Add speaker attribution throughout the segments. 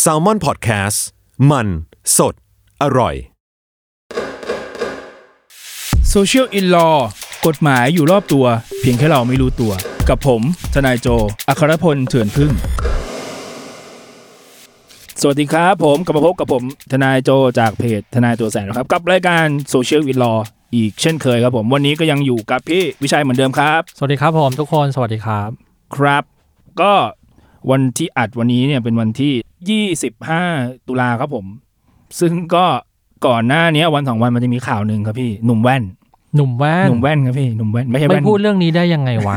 Speaker 1: แซลมอนพอดแคสต์มันสดอร่อย
Speaker 2: Social in Law กฎหมายอยู่รอบตัว เพียงแค่เราไม่รู้ตัว กับผม ทนายโจ อัครพลเถื่อนพึ่ง สวัสดีครับผมกลับมาพบกับผม ทนายโจจากเพจทนายตัวแสนนะครับ กับรายการ Social in Law อีกเช่นเคยครับผม วันนี้ก็ยังอยู่กับพี่วิชัยเหมือนเดิมครับ
Speaker 3: สวัสดีครับผมทุกคนสวัสดีครับ
Speaker 2: ครับ ก็วันที่อัดวันนี้เนี่ยเป็นวันที่ 25 ตุลาครับผม ซึ่งก็ก่อนหน้านี้วันสองวันมันจะมีข่าวหนึ่งครับพี่หนุ่มแว่น
Speaker 3: หนุ่มแว่น
Speaker 2: หนุ่มแว่นครับพี่หนุ่มแว่นไม่ใช่
Speaker 3: ไม่
Speaker 2: แว่น
Speaker 3: พูดเรื่องนี้ได้ยังไง วะ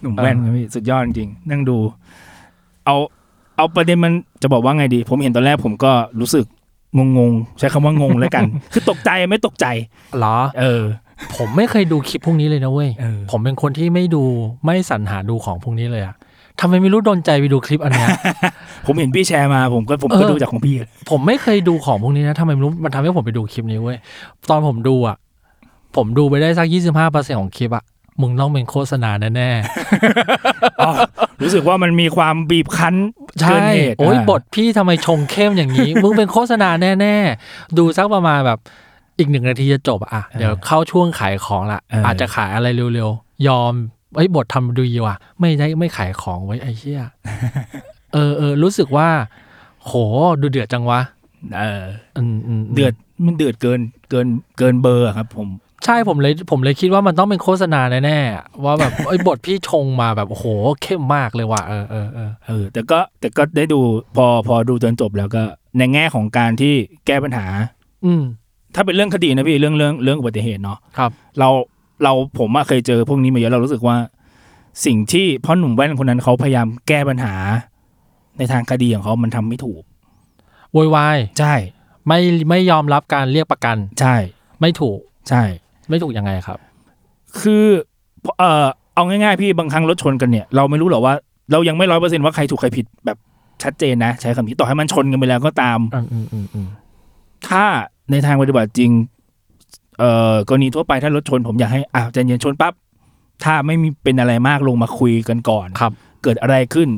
Speaker 2: หนุ่มแว่นครับพี่สุดยอดจริงๆนั่งดู เอาเอาประเด็นมันจะบอกว่าไงดี ผมเห็นตอนแรกผมก็รู้สึกงงๆ ใช้คำว่างงแล้วกัน คือตกใจไม่ตกใจ
Speaker 3: เหรอ
Speaker 2: เออ
Speaker 3: ผมไม่เคยดูคลิปพวกนี้เลยนะเว้ย
Speaker 2: เออ
Speaker 3: ผมเป็นคนที่ไม่ดูไม่สรรหาดูของพวกนี้เลยอะทำไมไม่รู้โดนใจไปดูคลิป อันเนี้ย
Speaker 2: ผมเห็นพี่แชร์มาผมก็ผมก็
Speaker 3: เออ
Speaker 2: ดูจากของพี่อะ
Speaker 3: ผมไม่เคยดูของพวกนี้นะทำไมไม่รู้มันทำให้ผมไปดูคลิปนี้เว้ย ตอนผมดูอะผมดูไปได้สักยี่สิบห้าเปอร์เซ็นของคลิปอะมึงต้องเป็นโฆษณาแน่
Speaker 2: อ๋อรู้สึกว่ามันมีความบีบคั้นเกิ
Speaker 3: ๆใช่
Speaker 2: นเหตุ
Speaker 3: โอ้ย
Speaker 2: ะ
Speaker 3: บทพี่ทำไมชงเข้มอย่างนี้ มึงเป็นโฆษณาแน่ๆดูสักประมาณแบบอีกหนึ่งนาทีจะจบอะอ่ะเดี๋ยวเข้าช่วงขายของละอาจจะขายอะไรเร็วๆยอมไอ้ยบททำดูดีว่ะ ไม่ได้ไม่ขายของไว้ยไอ้เชี่ย เออเออรู้สึกว่า โหดูเดือดจังวะ
Speaker 2: เออ
Speaker 3: อืมอืมม
Speaker 2: เดือดมันเดือดเกินเกินเกินเบอร์อะครับ ผม
Speaker 3: ใช่ผมเลยผมเลยคิดว่ามันต้องเป็นโฆษณาแน่ๆว่าแบบ ไอ้ยบทพี่ชงมาแบบโอ้โหเข้มมากเลยว่ะเออเออเออ
Speaker 2: เออแต่ก็แต่ก็ได้ดูพอพอดูจนจบแล้วก็ในแง่ของการที่แก้ปัญหา
Speaker 3: อืม
Speaker 2: ถ้าเป็นเรื่องคดีนะพี่เรื่องเรื่องเรื่องอุบัติเหตุเนาะ
Speaker 3: ครับ
Speaker 2: เราเราผมอะเคยเจอพวกนี้มาเยอะเรารู้สึกว่า สิ่งที่พ่อหนุ่มแว่นคนนั้นเขาพยายามแก้ปัญหา ในทางคดีของเขามันทำไม่ถูก
Speaker 3: โวยวาย
Speaker 2: ใช่
Speaker 3: ไม่ไม่ยอมรับการเรียกประกัน
Speaker 2: ใช่
Speaker 3: ไม่ถูก
Speaker 2: ใช่
Speaker 3: ไม่ถูกยังไงครับ
Speaker 2: คือเออเอาง่ายๆพี่บางครั้งรถชนกันเนี่ยเราไม่รู้หรอกว่า เรายังไม่ร้อยเปอร์เซ็นต์ว่าใครถูกใครผิดแบบชัดเจนนะ ใช้คำนี้ต่อให้มันชนกันไปแล้วก็ตาม
Speaker 3: อืมอืมอืมอืม
Speaker 2: ถ้าในทางปฏิบัติจริง เอ่อกรณีทั่วไปถ้ารถชนผมอยากให้อ่าใจเย็นชนปั๊บถ้าไม่มีเป็นอะไรมากลงมาคุยกันก่อน
Speaker 3: ครับ
Speaker 2: เกิดอะไรขึ้น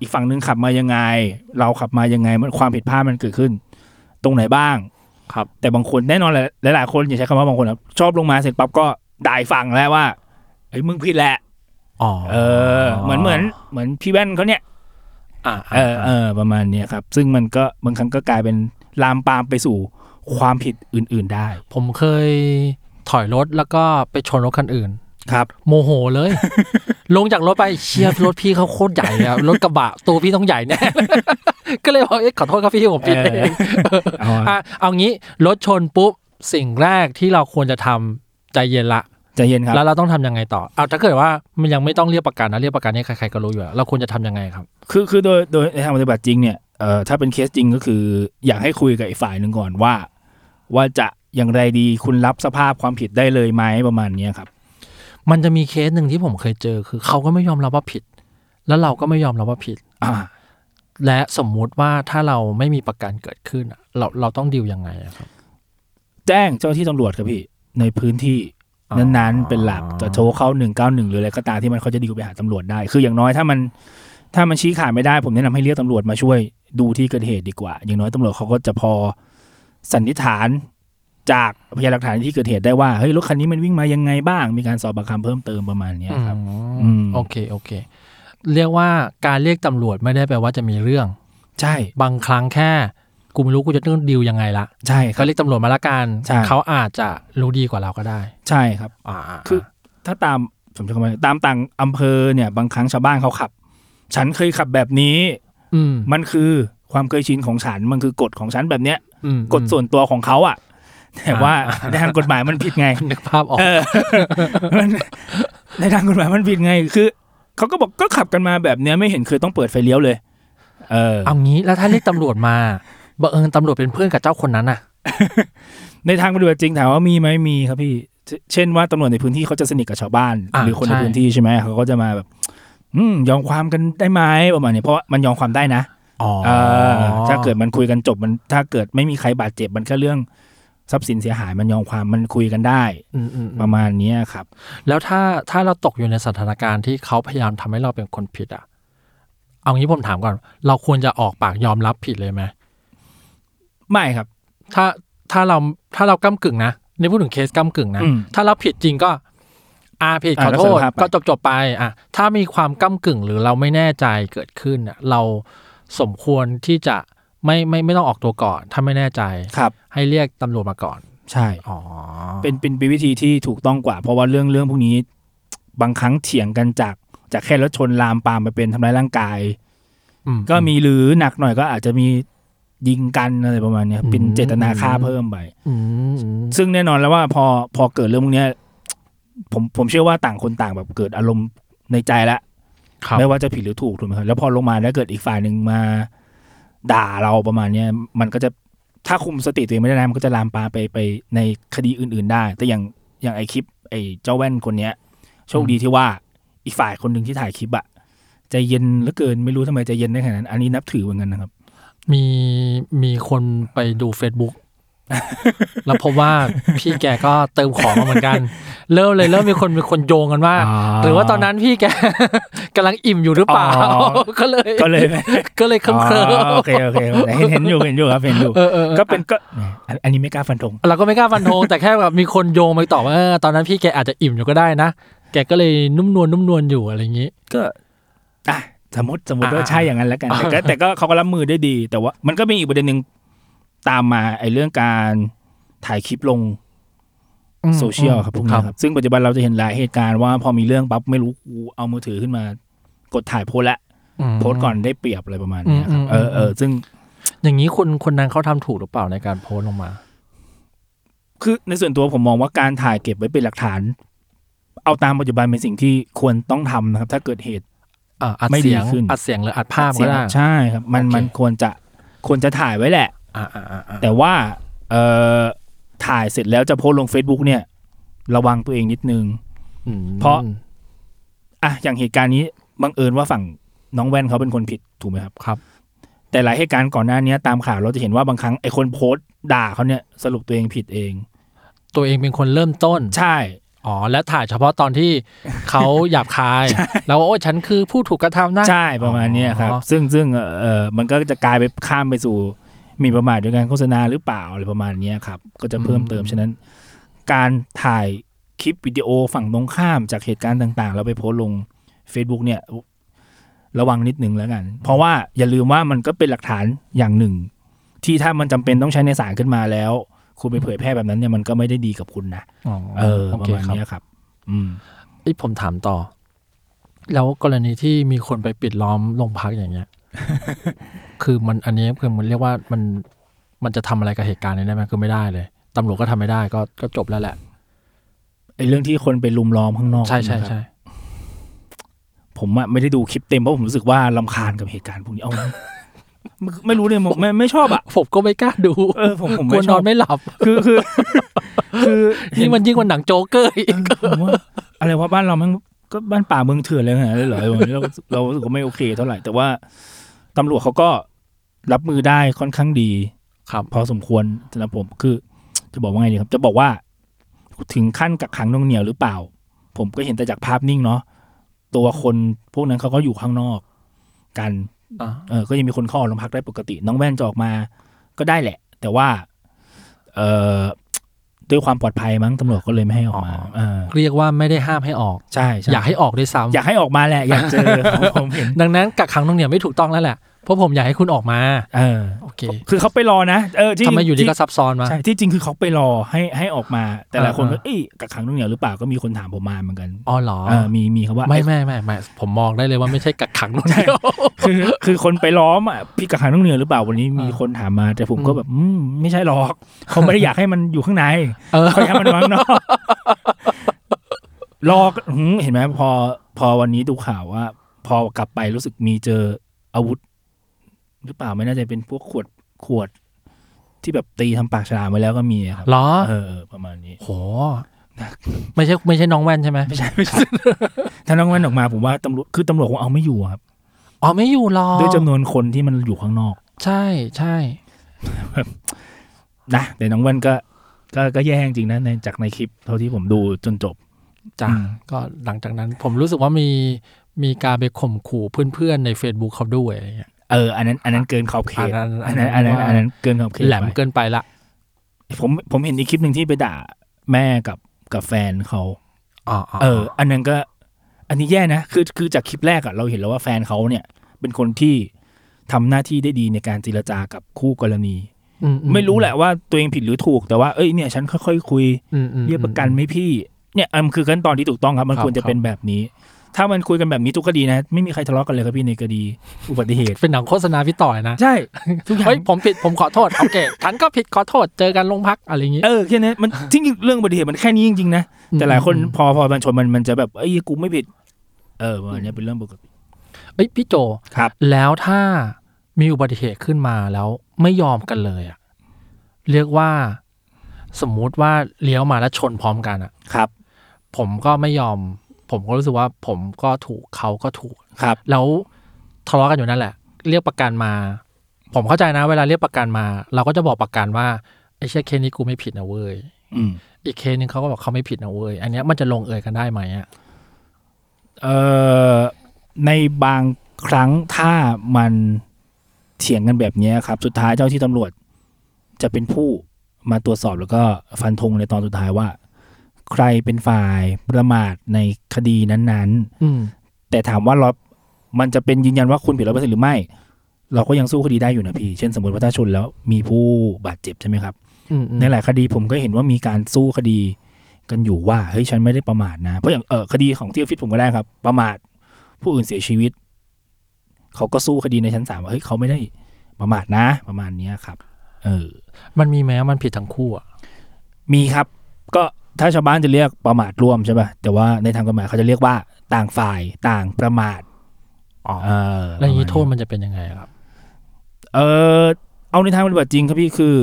Speaker 2: อีกฝั่งหนึ่งขับมายังไง เราขับมายังไง มันความผิดพลาดมันเกิดขึ้น ตรงไหนบ้าง
Speaker 3: ครับ
Speaker 2: แต่บางคนแน่นอนแหละหลายๆคนอย่าใช้คำว่าบางคนครับชอบลงมาเสร็จปั๊บก็ด่ายฝั่งแล้วว่าเฮ้ยมึงผิดแหละ
Speaker 3: อ๋อ
Speaker 2: เออ เหมือนเหมือนเหมือนพี่แว่นเขาเนี่ย
Speaker 3: อ่า
Speaker 2: เออเออประมาณเนี้ยครับ ซึ่งมันก็บางครั้งก็กลายเป็นลามปามไปสู่ความผิดอื่น ๆได้
Speaker 3: ผมเคยถอยรถแล้วก็ไปชนรถคันอื่น
Speaker 2: ครับ
Speaker 3: โมโหเลย ลงจากรถไปเชียรถพี่เขาโคตรใหญ่อะรถกระบะตัวพี่ต้องใหญ่แน่ ก็เลยบอกเอ๊ะขอโทษครับพี่ผมผิด
Speaker 2: เออ
Speaker 3: เอง
Speaker 2: เอา
Speaker 3: อ่ะ
Speaker 2: อะ
Speaker 3: เอางี้รถชนปุ๊บสิ่งแรกที่เราควรจะทำใจเย็นละ
Speaker 2: ใจเย็นครับ
Speaker 3: แล้วเราต้องทำยังไงต่อเอาถ้าเกิดว่ามันยังไม่ต้องเรียกประกันนะเรียกประกันเนี่ยใครๆก็รู้อยู่แล้วเราควรจะทำยังไงครับ
Speaker 2: คือคือโดยโดยในทางปฏิบัติจริงเนี่ยเอ่อถ้าเป็นเคสจริงก็คือ อยากให้คุยกับอีกฝ่ายหนึ่งก่อนว่า ว่าจะอย่างไรดีคุณรับสภาพความผิดได้เลยไหมประมาณเนี้ยครับ
Speaker 3: มันจะมีเคสหนึ่งที่ผมเคยเจอคือเขาก็ไม่ยอมรับว่าผิด แล้วเราก็ไม่ยอมรับว่าผิด
Speaker 2: อ่า
Speaker 3: และสมมุติว่าถ้าเราไม่มีประกันเกิดขึ้นอะเราเราต้องดิวยังไงอะครับ
Speaker 2: แจ้งเจ้าหน้าที่ตำรวจครับพี่ ในพื้นที่
Speaker 3: อ๋อ
Speaker 2: นั้นๆเป็นหลักจะโทรเข้าหนึ่งเก้าหนึ่งหรืออะไรก็ตามที่มันเขาจะดีลไปหาตำรวจได้ คืออย่างน้อยถ้ามันถ้ามันชี้ขาดไม่ได้ ผมแนะนำให้เรียกตำรวจมาช่วยดูที่เกิดเหตุดีกว่า อย่างน้อยตำรวจเขาก็จะพอสันนิษฐานจากพยานหลักฐานที่เกิดเหตุได้ว่าเฮ้ยรถคันนี้มันวิ่งมายังไงบ้าง มีการสอบปากคำเพิ่มเติมประมาณเนี้ยครับ อื
Speaker 3: อืม
Speaker 2: ม
Speaker 3: โอเคโอเค เรียกว่าการเรียกตำรวจไม่ได้แปลว่าจะมีเรื่อง
Speaker 2: ใช่
Speaker 3: บางครั้งแค่กูไม่รู้กูจะต้องดิวยังไงละ
Speaker 2: ใช่ค
Speaker 3: ก็
Speaker 2: รับ
Speaker 3: เรียกตำรวจมาละกัน
Speaker 2: ใช่
Speaker 3: เขาอาจจะรู้ดีกว่าเราก็ได้
Speaker 2: ใช่ครับ
Speaker 3: อ่า
Speaker 2: คือ ถ้าตามผมจะคำว่าตามต่างอำเภอเนี่ย บางครั้งชาวบ้านเขาขับ ฉันเคยขับแบบนี้
Speaker 3: อืม
Speaker 2: มันคือความเคยชินของฉัน มันคือกฎของฉันแบบเนี้ย
Speaker 3: อืม
Speaker 2: กฎส่วนตัวของเขาอ่ะ แต่ว่าในทางกฎหมายมันผิดไง
Speaker 3: นึกภาพออก
Speaker 2: เออมันในทางกฎหมายมันผิดไง คือ เขาก็บอกก็ขับกันมาแบบเนี้ยไม่เห็นเคยต้องเปิดไฟเลี้ยวเลย เออ
Speaker 3: เอางี้แล้วถ้าเรียกตำรวจมา บังเอิญตำรวจเป็นเพื่อนกับเจ้าคนนั้นน่ะ
Speaker 2: ในทางปฏิบัติจริงถามว่ามีไหมมีครับพี่เชเช่นว่าตำรวจในพื้นที่เขาจะสนิทกับชาวบ้าน
Speaker 3: อ่า
Speaker 2: หรือคนใน
Speaker 3: ใช่
Speaker 2: พื้นที่ใช่ไหมเขาก็จะมาแบบ อืมยอมความกันได้ไหมประมาณนี้เพราะว่ามันยอมความได้นะ
Speaker 3: อ๋อ
Speaker 2: เออถ้าเกิดมันคุยกันจบมันถ้าเกิดไม่มีใครบาดเจ็บมันแค่เรื่องทรัพย์สินเสียหายมันยอมความมันคุยกันได้
Speaker 3: อืมอืมอืม
Speaker 2: ประมาณเนี้ยครับ
Speaker 3: แล้วถ้าถ้าเราตกอยู่ในสถานการณ์ที่เขาพยายามทำให้เราเป็นคนผิดอ่ะ เอางี้ผมถามก่อน เราควรจะออกปากยอมรับผิดเลยไหม
Speaker 2: ไม่ครับ
Speaker 3: ถ้าถ้าเราถ้าเราก้ากึ่งนะในพูดถึงเคสก้ากึ่งนะ
Speaker 2: อืม
Speaker 3: ถ้าเราผิดจริงก็อาผิด
Speaker 2: อ่ะ
Speaker 3: ขอโทษ
Speaker 2: รับสารภาพไป
Speaker 3: ก็จบจบๆไปอ่ะถ้ามีความก้ากึ่งหรือเราไม่แน่ใจเกิดขึ้นอ่ะเราสมควรที่จะไม่ไม่ไม่ต้องออกตัวก่อน ถ้าไม่แน่ใจ
Speaker 2: ครับ
Speaker 3: ให้เรียกตำรวจมาก่อน
Speaker 2: ใช่
Speaker 3: อ๋อ
Speaker 2: เป็นเป็นเป็นวิธีที่ถูกต้องกว่า เพราะว่าเรื่องเรื่องพวกนี้ บางครั้งเถียงกันจากจากแค่รถชนลามปามไปเป็นทำร้ายร่างกาย
Speaker 3: อืม
Speaker 2: ก็มีหรือหนักหน่อยก็อาจจะมียิงกันอะไรประมาณเนี้ย
Speaker 3: อืม
Speaker 2: เป็นเจตนาฆ่าเพิ่มไป
Speaker 3: อืมอืม
Speaker 2: ซึ่งแน่นอนแล้วว่าพอพอเกิดเรื่องพวกเนี้ยผมผมเชื่อว่าต่างคนต่างแบบเกิดอารมณ์ในใจละ
Speaker 3: ครับ
Speaker 2: ไม่ว่าจะผิดหรือถูกถูกไหมครับแล้วพอลงมาแล้วเกิดอีกฝ่ายหนึ่งมา ด่าเราประมาณเนี้ยมันก็จะถ้าคุมสติตัวเองไม่ได้นะมันก็จะลามปามไปไปในคดีอื่น ๆ ได้ แต่อย่างอย่างไอคลิป ไอเจ้าแว่นคนเนี้ย โชคดีที่ว่าอีกฝ่ายคนหนึ่งที่ถ่ายคลิปอะใจเย็นเหลือเกินไม่รู้ทำไมใจเย็นได้ขนาดนั้นอันนี้นับถือเหมือนกันนะครับ
Speaker 3: มีมีคนไปดู Facebook แล้วพบว่าพี่แกก็เติมของมาเหมือน กัน เริ่มเลยเริ่มมีคนมีคนโยงกันว่า
Speaker 2: อ่า
Speaker 3: หรือว่าตอนนั้นพี่แก กำลังอิ่มอยู่หรือเปล่า
Speaker 2: อ๋อ
Speaker 3: ก็เลย
Speaker 2: ก็เลยไม่
Speaker 3: ก็ เลยเคลิ้มเคลิ้ม
Speaker 2: อ๋อโอเคโอเคแต่เห็นเห็นอยู่เห็นอยู่ครับเห็นอยู่
Speaker 3: เออเออเออ
Speaker 2: ก็เป็นก็อันอันนี้ไม่กล้าฟันธง
Speaker 3: เราก็ไม่กล้าฟันธงแต่แค่แบบมีคนโยงไปต่อว่าเออตอนนั้นพี่แกอาจจะอิ่มอยู่ก็ได้นะ แกก็เลยนุ่มนวลนุ่มนวลอยู่อะไรอย่างนี้
Speaker 2: ก็อ่ะสมมติสมมติ
Speaker 3: อ่า
Speaker 2: ว่าใช่อย่างนั้นแล้วกัน แต่ก็แต่ก็เขาก็รับมือได้ดี แต่ว่ามันก็มีอีกประเด็นหนึ่งตามมาไอ้เรื่องการถ่ายคลิปลงโซเชียลครับพวกนี้ครับซึ่งปัจจุบันเราจะเห็นหลายเหตุการณ์ว่าพอมีเรื่องปั๊บไม่รู้กูเอามือถือขึ้นมา กดถ่ายโพสต์ละโพสต์ก่อนได้เปรียบอะไรประมาณเนี้ยครั
Speaker 3: อื
Speaker 2: บ
Speaker 3: มอืม
Speaker 2: เออเออซึ่ง
Speaker 3: อย่างนี้คนคนนั้นเขาทำถูกหรือเปล่าในการโพสต์ลงมา
Speaker 2: คือในส่วนตัวผมมองว่าการถ่ายเก็บไว้เป็นหลักฐาน เอาตามปัจจุบันเป็นสิ่งที่ควรต้องทำนะครับ ถ้าเกิดเหตุ
Speaker 3: อ่ะอัด
Speaker 2: ไม่ดี
Speaker 3: เสียง
Speaker 2: ขึ้น
Speaker 3: อัดเสียงหรืออัดภาพ
Speaker 2: เสี
Speaker 3: ก็
Speaker 2: ย
Speaker 3: ได้
Speaker 2: ใช่ครับ มัน
Speaker 3: โอเค
Speaker 2: มันควรจะควรจะถ่ายไว้แหละ
Speaker 3: อ่ะอ่ะอ่ะอ่ะ
Speaker 2: แต่ว่าเอ่อถ่ายเสร็จแล้วจะโพสต์ลง Facebook เนี่ย ระวังตัวเองนิดนึง
Speaker 3: อืม
Speaker 2: เพราะ อ่ะอย่างเหตุการณ์นี้บังเอิญว่าฝั่งน้องแว่นเขาเป็นคนผิดถูกไหมครับ
Speaker 3: ครับ
Speaker 2: แต่หลายเหตุการณ์ก่อนหน้านี้ตามข่าวเราจะเห็นว่าบางครั้งไอ้คนโพสต์ด่าเขาเนี่ยสรุปตัวเองผิดเอง
Speaker 3: ตัวเองเป็นคนเริ่มต้น
Speaker 2: ใช่
Speaker 3: อ๋อและถ่ายเฉพาะตอนที่ เขาหยาบคาย แล้วโอ้ยฉันคือผู้ถูกกระทำนะ
Speaker 2: ใช่ประมาณเนี้ยครับ
Speaker 3: อ๋อ
Speaker 2: ซึ่งซึ่งเอ่อเออมันก็จะกลายไปข้ามไปสู่หมีประมาทโดยการโฆษณาหรือเปล่าอะไรประมาณเนี้ยครับ ก็จะเพิ่มเติมฉะนั้น การถ่ายคลิปวิดีโอฝั่งตรงข้ามจากเหตุการณ์ต่าง ๆ แล้วไปโพสต์ลง Facebook เนี่ย ระวังนิดหนึ่งแล้วกัน เพราะว่าอย่าลืมว่ามันก็เป็นหลักฐานอย่างหนึ่ง ที่ถ้ามันจำเป็นต้องใช้ในศาลขึ้นมาแล้ว คุณไปเผยแพร่แบบนั้นเนี่ยมันก็ไม่ได้ดีกับคุณนะ
Speaker 3: อ๋อ
Speaker 2: เออ
Speaker 3: โอ
Speaker 2: ประ
Speaker 3: เค
Speaker 2: มาณ
Speaker 3: ครับ
Speaker 2: เนี้ยครับ อืม
Speaker 3: ไอยผมถามต่อ แล้วกรณีที่มีคนไปปิดล้อมโรงพักอย่างเงี้ ย คือมันอันนี้คือมันเรียกว่ามันมันจะทำอะไรกับเหตุการณ์นี้ได้ไหมคือไม่ได้เลยตำรวจก็ทำไม่ได้ก็ก็จบแล้วแหละ
Speaker 2: ไอ้เรื่องที่คนไปลุมล้อมข้างนอก
Speaker 3: ใช่ใช่
Speaker 2: นะครับ
Speaker 3: ใช่
Speaker 2: ผมอะไม่ได้ดูคลิปเต็มเพราะผมรู้สึกว่าลำคาญกับเหตุการณ์พวกนี้เอา ไม่ไม่รู้เนี่ยผมไม่ไม่ชอบอะ
Speaker 3: ผมก็ไม่กล้าดู
Speaker 2: เออผมผม
Speaker 3: กลัว
Speaker 2: ไม่
Speaker 3: น
Speaker 2: ช
Speaker 3: อ
Speaker 2: อบ
Speaker 3: นไม่ หลับ
Speaker 2: คือคือ คือ
Speaker 3: นี่มันยิ่งกว่าหนังโจ๊กเกอร์อีก
Speaker 2: เออผมว่าอะไรว่าบ้านเราแมันก็บ้านป่าเมืองเถื่อนเลยนะเหรออะไรแบบนี้เราเรารู้สึกว่าไม่โอเคเท่าไหร่ แต่ว่าตำรวจเขาก็รับมือได้ค่อนข้างดี
Speaker 3: ครับ
Speaker 2: พอสมควรสำหรับผมคือ จะบอกว่าไงดีครับ จะบอกว่าถึงขั้นกักขังหน่วงเหนียวหรือเปล่า ผมก็เห็นแต่จากภาพนิ่งเนาะตัวคนพวกนั้นเขาก็อยู่ข้างนอกกัน
Speaker 3: อ่ะ
Speaker 2: เออก็ยังมีคนเข้าออกโรงพักได้ปกติ น้องแว่นจะออกมาก็ได้แหละ แต่ว่า เออด้วยความปลอดภัยมั้งตำรวจก็เลยไม่ให้ออกมาเออ
Speaker 3: เรียกว่าไม่ได้ห้ามให้ออก
Speaker 2: ใช่ใช่
Speaker 3: อยากให้ออกด้วยซ้ำ
Speaker 2: อยากให้ออกมาแหละ อยากเจอ ผมผม เห็น
Speaker 3: ดังนั้นกักขังตรงเหนี่ยวไม่ถูกต้องแล้วแหละ เพราะผมอยากให้คุณออกมา
Speaker 2: เออ
Speaker 3: โอเค
Speaker 2: คือเขาไปรอนะเออที่
Speaker 3: ทำไมอยู่ดีก็
Speaker 2: ที่
Speaker 3: ซับซ้อนมา
Speaker 2: ใช่ที่จริงคือเขาไปรอให้ให้ออกมา แต่หลายคนก็
Speaker 3: อ่า
Speaker 2: เอ้ยกักขังนุ่งเหนียวหรือเปล่าก็มีคนถามผมมาเหมือนกัน
Speaker 3: อ๋อเหรอ
Speaker 2: เออมีมีครับว่า
Speaker 3: ไม่ไม่ไม่ไม่ ผมมองได้เลยว่าไม่ใช่กักขังตรงเหนี่ยว
Speaker 2: คือคือคนไปล้อมอ่ะพี่กักขังนุ่งเหนียวหรือเปล่าวันนี้มี
Speaker 3: อ่า
Speaker 2: คนถามมา แต่ผมก็
Speaker 3: อืม
Speaker 2: แบบอืมไม่ใช่หรอกเขาไม่ได้อยากให้มันอยู่ข้างใน
Speaker 3: เออ
Speaker 2: พยายามมันวางนอก รอหืมเห็นไหมพอพอวันนี้ดูข่าวว่า พอกลับไปรู้สึกมีเจออาวุธ หรือเปล่าไม่แน่ใจเป็นพวกขวดขวด ที่แบบตีทำปากฉลามไว้แล้วก็มีอะครับ
Speaker 3: เหรอ
Speaker 2: เออเออประมาณนี้
Speaker 3: โหไม่ใช่ไม่ใช่น้องแว่นใช่ไหม
Speaker 2: ไม่ใช่ไม่ใช่ ถ้าน้องแว่นออกมาผมว่าตำรวจคือตำรวจคงเอาไม่อยู่อะครับ
Speaker 3: อ๋อไม่อยู่หรอก
Speaker 2: ด้วยจำนวนคนที่มันอยู่ข้างนอก
Speaker 3: ใช่ใช่
Speaker 2: นะแต่น้องแว่นก็ ก็ก็แย่จริงนะในจากในคลิปเท่าที่ผมดูจนจบ
Speaker 3: จ้ะ
Speaker 2: อืม
Speaker 3: ก็หลังจากนั้น ผมรู้สึกว่ามีมีการไปข่มขู่เพื่อนๆใน Facebook เขาด้วยอะไรเงี้ย
Speaker 2: เอออันนั้นอันนั้นเกินขอบเขต
Speaker 3: อั
Speaker 2: อั
Speaker 3: น
Speaker 2: น
Speaker 3: นั้น
Speaker 2: นั้นอันนั้น
Speaker 3: ว่า
Speaker 2: อันนั้นเกินขอบเขต
Speaker 3: แหลม
Speaker 2: ไป
Speaker 3: เกินไปละ
Speaker 2: ผมผมเห็นอีกคลิปหนึ่งที่ไปด่าแม่กับกับแฟนเขา
Speaker 3: อ๋อ
Speaker 2: เออ อันนั้นก็ อันนี้แย่นะ คือคือจากคลิปแรกอะเราเห็นแล้วว่าแฟนเขาเนี่ย เป็นคนที่ทำหน้าที่ได้ดีในการเจรจากับคู่กรณี ไม่รู้แหละว่าตัวเองผิดหรือถูกแต่ว่าเอ้ยเนี่ยฉันค่อยๆคุย
Speaker 3: อืมอืม
Speaker 2: เบี้ยประกันไหมพี่ เนี่ยอันคือขั้นตอนที่ถูกต้องครับ มัน
Speaker 3: ครับ
Speaker 2: ควรจะเป็นแบบนี้ ถ้ามันคุยกันแบบนี้ทุกคดีนะ ไม่มีใครทะเลาะกันเลยครับพี่ในคดี อุบัติเหตุ
Speaker 3: เป็นหนังโฆษณาพี่ต่อยนะ
Speaker 2: ใช่ ทุกอย่าง
Speaker 3: เฮ้ยผมผิดผมขอโทษ โอเคฉันก็ผิดขอโทษเจอกันโรงพักอะไรอย่างงี้
Speaker 2: เออแค่นี้ มันจริงๆเรื่องอุบัติเหตุมันแค่นี้จริงๆนะ
Speaker 3: อืม
Speaker 2: แต่หลายคน
Speaker 3: อืม
Speaker 2: พอพอมันชนมันมันจะแบบเอ้ยกูไม่ผิด เออประมันนี้เป็นเรื่องปกติ
Speaker 3: เอ้ยพี่โจ
Speaker 2: ครับ
Speaker 3: แล้วถ้ามีอุบัติเหตุขึ้นมาแล้วไม่ยอมกันเลยอะเรียกว่า สมมุติว่าเลี้ยวมาแล้วชนพร้อมกันอะ
Speaker 2: ครับ
Speaker 3: ผมก็ไม่ยอม ผมก็รู้สึกว่าผมก็ถูกเขาก็ถูก
Speaker 2: ครับ
Speaker 3: แล้วทะเลาะกันอยู่นั่นแหละ เรียกประกันมา ผมเข้าใจนะ เวลาเรียกประกันมา เราก็จะบอกประกันว่าไอ้เชี่ยเคสนี้กูไม่ผิดนะเว้ย
Speaker 2: อืม
Speaker 3: อีกเคสนึงเขาก็บอกเขาไม่ผิดนะเว้ยอันเนี้ยมันจะลงเอยกันได้ไหมอะ
Speaker 2: เอ่อในบางครั้งถ้ามันเถียงกันแบบเนี้ยครับ สุดท้ายเจ้าที่ตำรวจ จะเป็นผู้มาตรวจสอบแล้วก็ฟันธงในตอนสุดท้ายว่า ใครเป็นฝ่ายประมาทในคดีนั้น
Speaker 3: อืม
Speaker 2: ๆ แต่ถามว่าเรามันจะเป็นยืนยันว่าคุณผิดร้อยเปอร์เซ็นต์หรือไม่ เราก็ยังสู้คดีได้อยู่นะพี่ เช่นสมมติว่าถ้าชนแล้วมีผู้บาดเจ็บใช่ไหมครับ
Speaker 3: อืมอืม
Speaker 2: ในหลายคดีผมก็เห็นว่ามีการสู้คดีกันอยู่ว่าเฮ้ยฉันไม่ได้ประมาทนะ เพราะอย่างเออคดีของที่ออฟฟิศผมก็ได้ครับ ประมาทผู้อื่นเสียชีวิต เขาก็สู้คดีในชั้นศาลว่าเฮ้ยเขาไม่ได้ประมาทนะ ประมาณเนี้ยครับ เออ
Speaker 3: มันมีไหมว่ามันผิดทั้งคู่อะ
Speaker 2: มีครับ ก็ถ้าชาวบ้านจะเรียกประมาทร่วมใช่ป่ะแต่ว่าในทางกฎหมายเขาจะเรียกว่าต่างฝ่ายต่างประมาท
Speaker 3: อ๋อ
Speaker 2: เออ
Speaker 3: แล้วอย่างนี้
Speaker 2: ประมาณ
Speaker 3: โทษมันจะเป็นยังไงอะครับ
Speaker 2: เออเอาในทางปฏิบัติจริงครับพี่คือ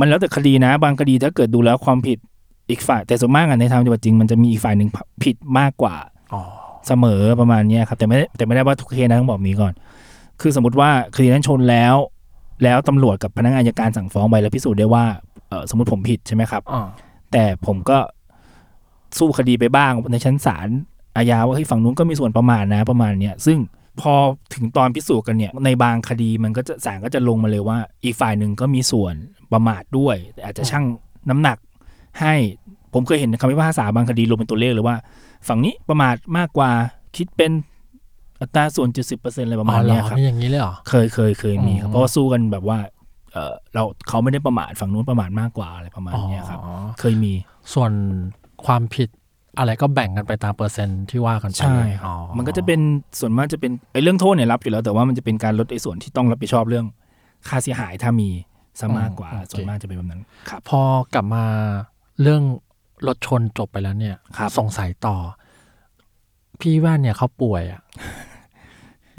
Speaker 2: มันแล้วแต่คดีนะ บางคดีถ้าเกิดดูแล้วความผิดอีกฝ่าย แต่ส่วนมากอะในทางปฏิบัติจริง มันจะมีอีกฝ่ายหนึ่งผิดมากกว่า
Speaker 3: อ๋อ
Speaker 2: เสมอประมาณเนี้ยครับแต่ไม่ได้แต่ไม่ได้ว่าทุกเคสนะต้องบอกแบบนี้ก่อน คือสมมติว่าคดีนั้นชนแล้ว แล้วตำรวจกับพนักงานอัยการสั่งฟ้องไปแล้วพิสูจน์ได้ว่าเออสมมติผมผิดใช่ไหมครับ
Speaker 3: อ๋อ
Speaker 2: แต่ผมก็สู้คดีไปบ้างในชั้นศาลอาญาว่าเฮ้ยฝั่งนู้นก็มีส่วนประมาทนะประมาณเนี้ยซึ่งพอถึงตอนพิสูจน์กันเนี่ย ในบางคดีมันก็จะศาลก็จะลงมาเลยว่า อีกฝ่ายหนึ่งก็มีส่วนประมาทด้วยแต่อาจจะชั่งน้ำหนักให้ผมเคยเห็นคำพิพากษาบางคดีลงเป็นตัวเลขเลยว่า ฝั่งนี้ประมาทมากกว่าคิดเป็นอัตราส่วน 70%อะไรประ
Speaker 3: อ๋
Speaker 2: มา
Speaker 3: อ
Speaker 2: ณ
Speaker 3: เหร
Speaker 2: เนี้
Speaker 3: อย
Speaker 2: ครับ
Speaker 3: มีอย่างนี้เลยเหรอ
Speaker 2: เคยเคยเคยมีครั
Speaker 3: อ๋
Speaker 2: บ
Speaker 3: อ
Speaker 2: เพราะว่าสู้กันแบบว่าเออเราเขาไม่ได้ประมาทฝั่งนู้นประมาทมากกว่าอะไรประมาณ
Speaker 3: อ๋อ
Speaker 2: เนี้ยครับ เคยมี
Speaker 3: ส่วนความผิดอะไรก็แบ่งกันไปตามเปอร์เซ็นต์ที่ว่ากันไป
Speaker 2: ใช่
Speaker 3: อ๋อ
Speaker 2: มันก็จะเป็นส่วนมากจะเป็นไอ้เรื่องโทษเนี่ยรับอยู่แล้ว แต่ว่ามันจะเป็นการลดไอ้ส่วนที่ต้องรับผิดชอบเรื่อง ค่าเสียหายถ้ามีซะมากกว่า ส่วนมากจะเป็นแบบนั้นครับ
Speaker 3: พอกลับมาเรื่องรถชนจบไปแล้วเนี่ย
Speaker 2: ครับ
Speaker 3: สงสัยต่อ พี่แว่นเนี่ยเขาป่วย อ่ะ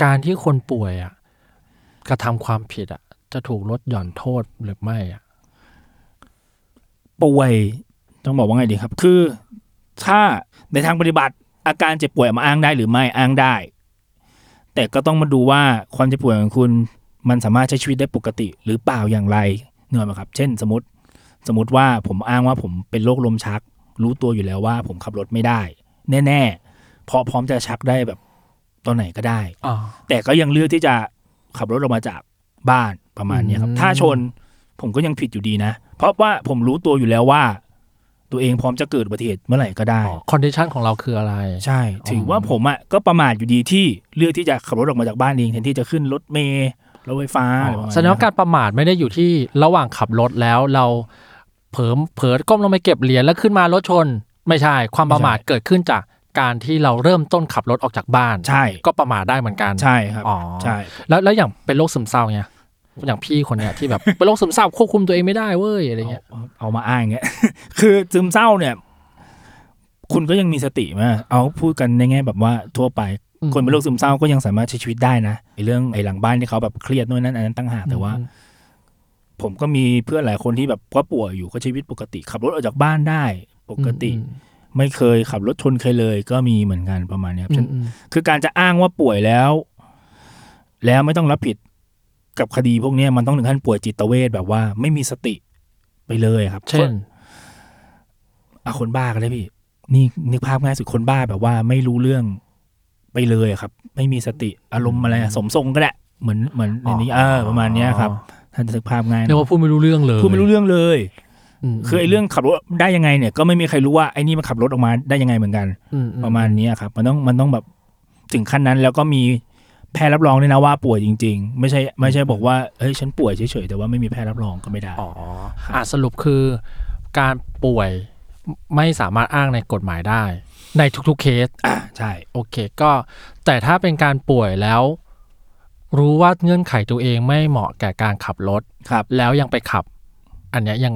Speaker 3: การที่คนป่วยอ่ะกระทำความผิดอ่ะ จะถูกลดหย่อนโทษหรือไม่อ่ะ
Speaker 2: ป่วยต้องบอกว่าไงดีครับ คือถ้าในทางปฏิบัติอาการเจ็บป่วยเอามาอ้างได้หรือไม่อ้างได้ แต่ก็ต้องมาดูว่าความเจ็บป่วยของคุณมันสามารถใช้ชีวิตได้ปกติ หรือเปล่าอย่างไรเนื่อไหมครับ เช่น สมมติสมมติว่าผมอ้างว่าผมเป็นโรคลมชัก รู้ตัวอยู่แล้วว่าผมขับรถไม่ได้ แน่ๆเพราะพร้อมจะชักได้แบบตอนไหนก็ได้
Speaker 3: อ๋อ
Speaker 2: แต่ก็ยังเลือกที่จะขับรถออกมาจากบ้านประมาณเนี้ยครับ
Speaker 3: อืม
Speaker 2: ถ้าชนผมก็ยังผิดอยู่ดีนะ เพราะว่าผมรู้ตัวอยู่แล้วว่า ตัวเองพร้อมจะเกิดอุบัติเหตุเมื่อไหร่ก็ได้
Speaker 3: คอนดิชันของเราคืออะไร
Speaker 2: ใช่ ถือว่าผมอ่ะก็ประมาทอยู่ดีที่เลือกที่จะขับรถออกมาจากบ้านเองแทนที่จะขึ้นรถเมล์รถไฟฟ้าอะไรประมาณ
Speaker 3: แสดงว่าการประมาทไม่ได้อยู่ที่ระหว่างขับรถแล้วเราเผลอเผลอก้มลงไปเก็บเหรียญแล้วขึ้นมารถชน ไม่ใช่ ความประมาทเกิดขึ้นจากการที่เราเริ่มต้นขับรถออกจากบ้าน
Speaker 2: ใช่
Speaker 3: ก็ประมาทได้เหมือนกัน
Speaker 2: ใช่ครับ
Speaker 3: อ๋อ
Speaker 2: ใช่
Speaker 3: แล้วแล้วอย่างเป็นโรคซึมเศร้าเนี่ยอย่างพี่คนเนี้ยที่แบบ เป็นโรคซึมเศร้าควบคุมตัวเองไม่ได้เว้ยอะไรเงี้ย
Speaker 2: เอาเอามาอ้างอย่างเงี้ย คือซึมเศร้าเนี่ย คุณก็ยังมีสติมากเอาพูดกันในแง่แบบว่าทั่วไป
Speaker 3: อืม
Speaker 2: คนเป็นโรคซึมเศร้าก็ยังสามารถใช้ชีวิตได้นะไอ้เรื่องไอ้หลังบ้านที่เขาแบบเครียดนู่นนั่นอันนั้นตั้งหากแต่ว่า ผมก็มีเพื่อนหลายคนที่แบบก็ป่วยอยู่ก็ชีวิตปกติ ขับรถออกจากบ้านได้ปกติ ไม่เคยขับรถชนใครเลย ก็มีเหมือนกันประมาณเนี้ยครับ
Speaker 3: อื
Speaker 2: ฉะนั
Speaker 3: ม
Speaker 2: น
Speaker 3: อืม
Speaker 2: คือการจะอ้างว่าป่วยแล้ว แล้วไม่ต้องรับผิดกับคดีพวกเนี้ยมันต้องถึงขั้นป่วยจิตเวชแบบว่าไม่มีสติไปเลยครับ
Speaker 3: เช่น
Speaker 2: อะคนบ้ากันเลยพี่ นี่นึกภาพง่ายสุดคนบ้าแบบว่าไม่รู้เรื่องไปเลยอะครับ ไม่มีสติอารมณ์อะไรอะสมทรงก็ได้เหมือนเหมือนในนี้เออประมาณเนี้ยครับ ท่านจะนึกภาพง่ายนะ
Speaker 3: เรียกว่าพูดไม่รู้เรื่องเลย
Speaker 2: พูดไม่รู้เรื่องเลย
Speaker 3: ม
Speaker 2: คือไอ้เรื่องขับรถได้ยังไงเนี่ย ก็ไม่มีใครรู้ว่าไอ้นี่มันขับรถออกมาได้ยังไงเหมือนกัน
Speaker 3: อือื
Speaker 2: ประมาณเนี้ยครับ มันต้องมันต้องแบบถึงขั้นนั้นแล้วก็มีแพทย์รับรองด้วยนะว่าป่วยจริง ๆ ไม่ใช่ไม่ใช่บอกว่าเฮ้ยฉันป่วยเฉยๆแต่ว่าไม่มีแพทย์รับรองก็ไม่ได้
Speaker 3: อ๋ออ่ะสรุปคือ การป่วยไม่สามารถอ้างในกฎหมายได้ ในทุกๆเคส
Speaker 2: ใช่
Speaker 3: โอเคก็แต่ถ้าเป็นการป่วยแล้ว รู้ว่าเงื่อนไขตัวเองไม่เหมาะแก่การขับรถ
Speaker 2: ครับ
Speaker 3: แล้วยังไปขับ อันเนี้ยยัง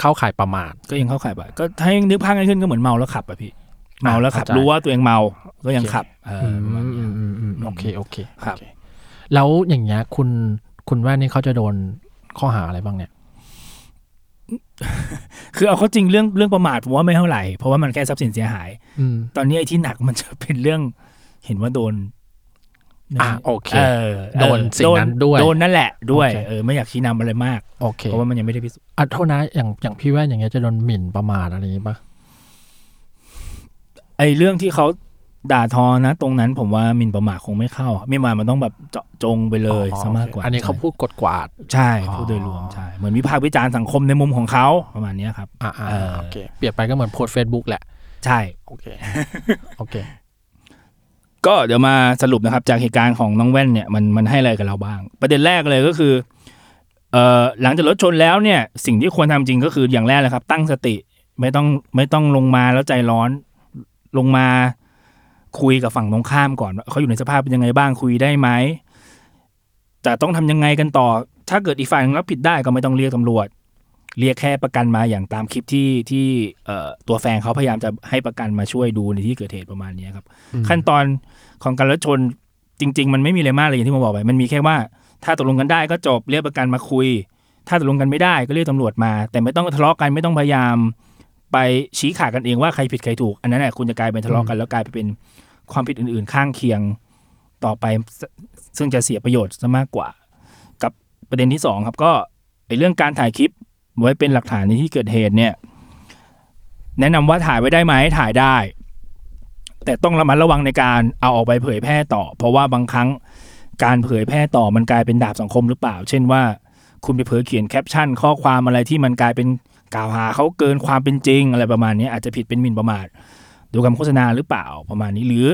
Speaker 3: เข้าข่ายประมาท
Speaker 2: ก็ยังเข้าข่ายบ่ก็ถ้ายังนึกภาพง่ายขึ้นก็เหมือนเมาแล้วขับอะพี่เมาแล้วขับ
Speaker 3: เข้าใจ
Speaker 2: รู้ว่าตัวเองเมาก็ยังขับเออประมาณนี้
Speaker 3: โอเคโอเค
Speaker 2: ครับ
Speaker 3: โอเแล้วอย่างเงี้ยคุณคุณแว่นนี่เขาจะโดนข้อหาอะไรบ้างเนี่ย
Speaker 2: คือเอาเข้อจริงเรื่องเรื่องประมาทผมว่าไม่เท่าไหร่เพราะว่ามันแค่ทรัพย์สินเสียหาย
Speaker 3: อืม
Speaker 2: ตอนนี้ไอ้ที่หนักมันจะเป็นเรื่อง เห็นว่าโดน
Speaker 3: อ่ะโอเค
Speaker 2: เออ
Speaker 3: โดนสิ่งนั้นด้วย
Speaker 2: โดนนั่นแหละด้วย
Speaker 3: โอเค
Speaker 2: เออไม่อยากชี้นำอะไรมาก
Speaker 3: โอเค
Speaker 2: เพราะว่ามันยังไม่ได้พิสูจน์
Speaker 3: อ่ะโทษนะอย่างอย่างพี่แว่นอย่างเงี้ยจะโดนหมิ่นประมาทอะไรอย่างงี้ปะ
Speaker 2: ไอ้เรื่องที่เขาด่าทอนะ ตรงนั้นผมว่าหมินประมาทคงไม่เข้าอะหมินประมาทมันต้องแบบเจาะจงไปเลย
Speaker 3: อ๋อ
Speaker 2: ซะมากกว่า
Speaker 3: อันนี้เขาพูดกดกวาด
Speaker 2: ใช่
Speaker 3: อ๋อ
Speaker 2: พูดโดยรวมใช่เหมือนวิพากษ์วิจารณ์สังคมในมุมของเขาประมาณเนี้ยครับ
Speaker 3: อ่าอ่า
Speaker 2: เออ
Speaker 3: โอเค เปรียบไปก็เหมือนโพสเฟซบุ๊กแหละ
Speaker 2: ใช่
Speaker 3: โอเคโอเค
Speaker 2: ก็เดี๋ยวมาสรุปนะครับ จากเหตุการณ์ของน้องแว่นเนี่ยมันมันให้อะไรกับเราบ้าง ประเด็นแรกเลยก็คือเอ่อหลังจากรถชนแล้วเนี่ยสิ่งที่ควรทำจริงก็คืออย่างแรกเลยครับ ตั้งสติไม่ต้องไม่ต้องลงมาแล้วใจร้อนลงมาคุยกับฝั่งตรงข้ามก่อนว่าเขาอยู่ในสภาพเป็นยังไงบ้างคุยได้ไหมจะต้องทำยังไงกันต่อ ถ้าเกิดอีกฝ่ายหนึ่งรับผิดได้ก็ไม่ต้องเรียกตำรวจ เรียกแค่ประกันมาอย่างตามคลิปที่ที่เอ่อตัวแฟนเขาพยายามจะให้ประกันมาช่วยดูในที่เกิดเหตุประมาณเนี้ยครับ ขั้นตอนของการรถชนจริง ๆ มันไม่มีอะไรมากเลยอย่างที่ผมบอกไปมันมีแค่ว่า ถ้าตกลงกันได้ก็จบเรียกประกันมาคุย ถ้าตกลงกันไม่ได้ก็เรียกตำรวจมา แต่ไม่ต้องทะเลาะกันไม่ต้องพยายาม ไปชี้ขาดกันเองว่าใครผิดใครถูก อันนั้นแหละคุณจะกลายเป็นทะเลาะกันแล้วกลายไปเป็นความผิดอื่น ๆ ข้างเคียงต่อไปซซึ่งจะเสียประโยชน์ซะมากกว่า กับประเด็นที่สองครับก็ไอ้เรื่องการถ่ายคลิปไว้เป็นหลักฐานในที่เกิดเหตุเนี่ย แนะนำว่าถ่ายไว้ได้ไหมถ่ายได้ แต่ต้องระมัดระวังในการเอาออกไปเผยแพร่ต่อ เพราะว่าบางครั้งการเผยแพร่ต่อมันกลายเป็นดาบสังคมหรือเปล่า เช่นว่าคุณไปเผยเขียนแคปชั่น ข้อความอะไรที่มันกลายเป็นกล่าวหาเขาเกินความเป็นจริงอะไรประมาณนี้อาจจะผิดเป็นหมิ่นประมาทดูคำโฆษณาหรือเปล่าประมาณนี้หรือ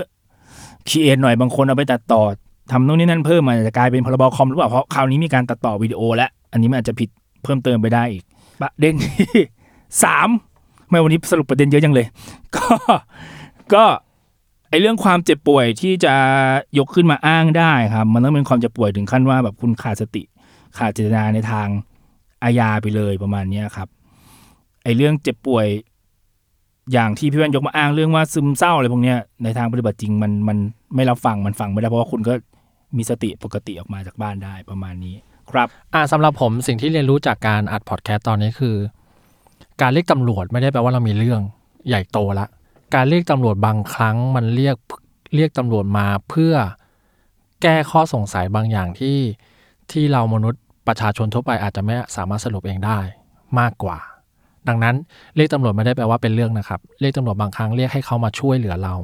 Speaker 2: เคียนหน่อยบางคนเอาไปตัดต่อทำโน่นนี่นั่นเพิ่มมันอาจจะกลายเป็นพรบคอมหรือเปล่าเพราะคราวนี้มีการตัดต่อวิดีโอ และอันนี้มันอาจจะผิดเพิ่มเติมไปได้อีกประเด็นที่สามไม่วันนี้สรุปประเด็นเยอะจังเลย ก็ก็ ไอ้เรื่องความเจ็บป่วยที่จะยกขึ้นมาอ้างได้ครับ มันต้องเป็นความเจ็บป่วยถึงขั้นว่าแบบคุณขาดสติ ขาดเจตนาในทางอาญาไปเลยประมาณเนี้ยครับ ไอ้เรื่องเจ็บป่วย อย่างที่พี่แว่นยกมาอ้างเรื่องว่าซึมเศร้าอะไรพวกเนี้ยในทางปฏิบัติจริงมันมันไม่รับฟังมันฟังไม่ได้เพราะว่าคุณก็มีสติปกติออกมาจากบ้านได้ประมาณนี้ ครับ
Speaker 3: อ่าสำหรับผมสิ่งที่เรียนรู้จากการอัดพอดแคสต์ตอนนี้คือ การเรียกตำรวจไม่ได้แปลว่าเรามีเรื่องใหญ่โตละ การเรียกตำรวจบางครั้งมันเรียกเรียกตำรวจมาเพื่อแก้ข้อสงสัยบางอย่างที่ที่เรามนุษย์ประชาชนทั่วไปอาจจะไม่สามารถสรุปเองได้มากกว่า ดังนั้นเรียกตำรวจไม่ได้แปลว่าเป็นเรื่องนะครับ เรียกตำรวจบางครั้งเรียกให้เขามาช่วยเหลือเรา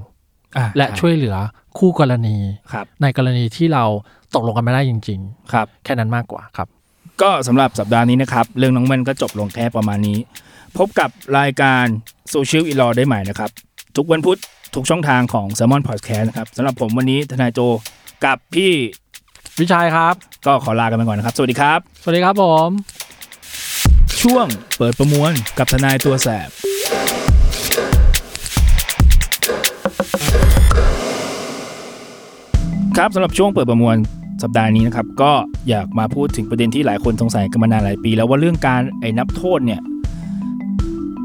Speaker 2: อ่
Speaker 3: และช่วยเหลือคู่กรณี
Speaker 2: ครับ
Speaker 3: ในกรณีที่เราตกลงกันไม่ได้จริง
Speaker 2: ครับ
Speaker 3: ๆ แค่นั้นมากกว่าครับ
Speaker 2: ก็สำหรับสัปดาห์นี้นะครับ เรื่องน้องแว่นก็จบลงแค่ประมาณนี้ พบกับรายการโซเชียลอีลอได้ใหม่นะครับ ทุกวันพุธทุกช่องทางของ s ซ l m o n Podcast นะครับสำหรับผมวันนี้ทนายโจกับพี่
Speaker 3: วิชัยครับ
Speaker 2: ก็ขอลากันไปก่อนนะครับ สวัสดีครับ
Speaker 3: สวัสดีครับผม
Speaker 2: ช่วงเปิดประมวลกับทนายตัวแสบครับสำหรับช่วงเปิดประมวลสัปดาห์นี้นะครับ ก็อยากมาพูดถึงประเด็นที่หลายคนสงสัยกันมานานหลายปี แล้วว่าเรื่องการไอ้นับโทษเนี่ย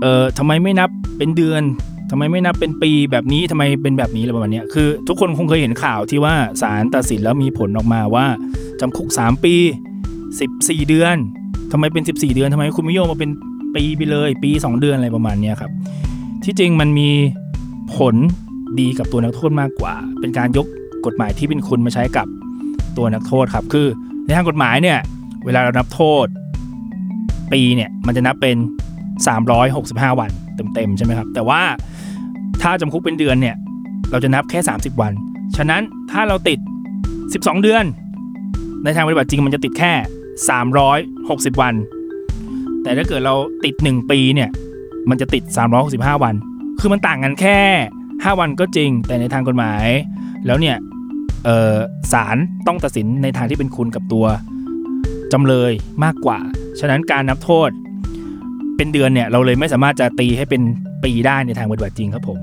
Speaker 2: เอ่อทำไมไม่นับเป็นเดือน ทำไมไม่นับเป็นปีแบบนี้ทำไมเป็นแบบนี้อะไรประมาณเนี้ยคือทุกคนคงเคยเห็นข่าวที่ว่าศาลตัดสินแล้วมีผลออกมาว่าจำคุก 3 ปี 14 เดือนทำไมเป็น 14 เดือนทำไมคุณไม่โยงมาเป็นปีไปเลย ปี 2 เดือนอะไรประมาณเนี้ยครับ ที่จริงมันมีผลดีกับตัวนักโทษมากกว่า เป็นการยกกฎหมายที่เป็นคุณมาใช้กับตัวนักโทษครับ คือในทางกฎหมายเนี่ยเวลาเรานับโทษ ปีเนี่ยมันจะนับเป็น 365 วันเต็มๆใช่ไหมครับ แต่ว่าถ้าจำคุกเป็นเดือนเนี่ยเราจะนับแค่ 30 วัน ฉะนั้นถ้าเราติด 12 เดือน ในทางปฏิบัติจริงมันจะติดแค่ 360 วัน แต่ถ้าเกิดเราติด 1 ปีเนี่ยมันจะติด 365 วัน คือมันต่างกันแค่ 5 วันก็จริง แต่ในทางกฎหมาย แล้วเนี่ยเอ่อศาลต้องตัดสินในทางที่เป็นคุณกับตัวจำเลยมากกว่า ฉะนั้นการนับโทษ เป็นเดือนเนี่ยเราเลยไม่สามารถจะตีให้เป็นปีได้ในทางปฏิบัติจริงครับผม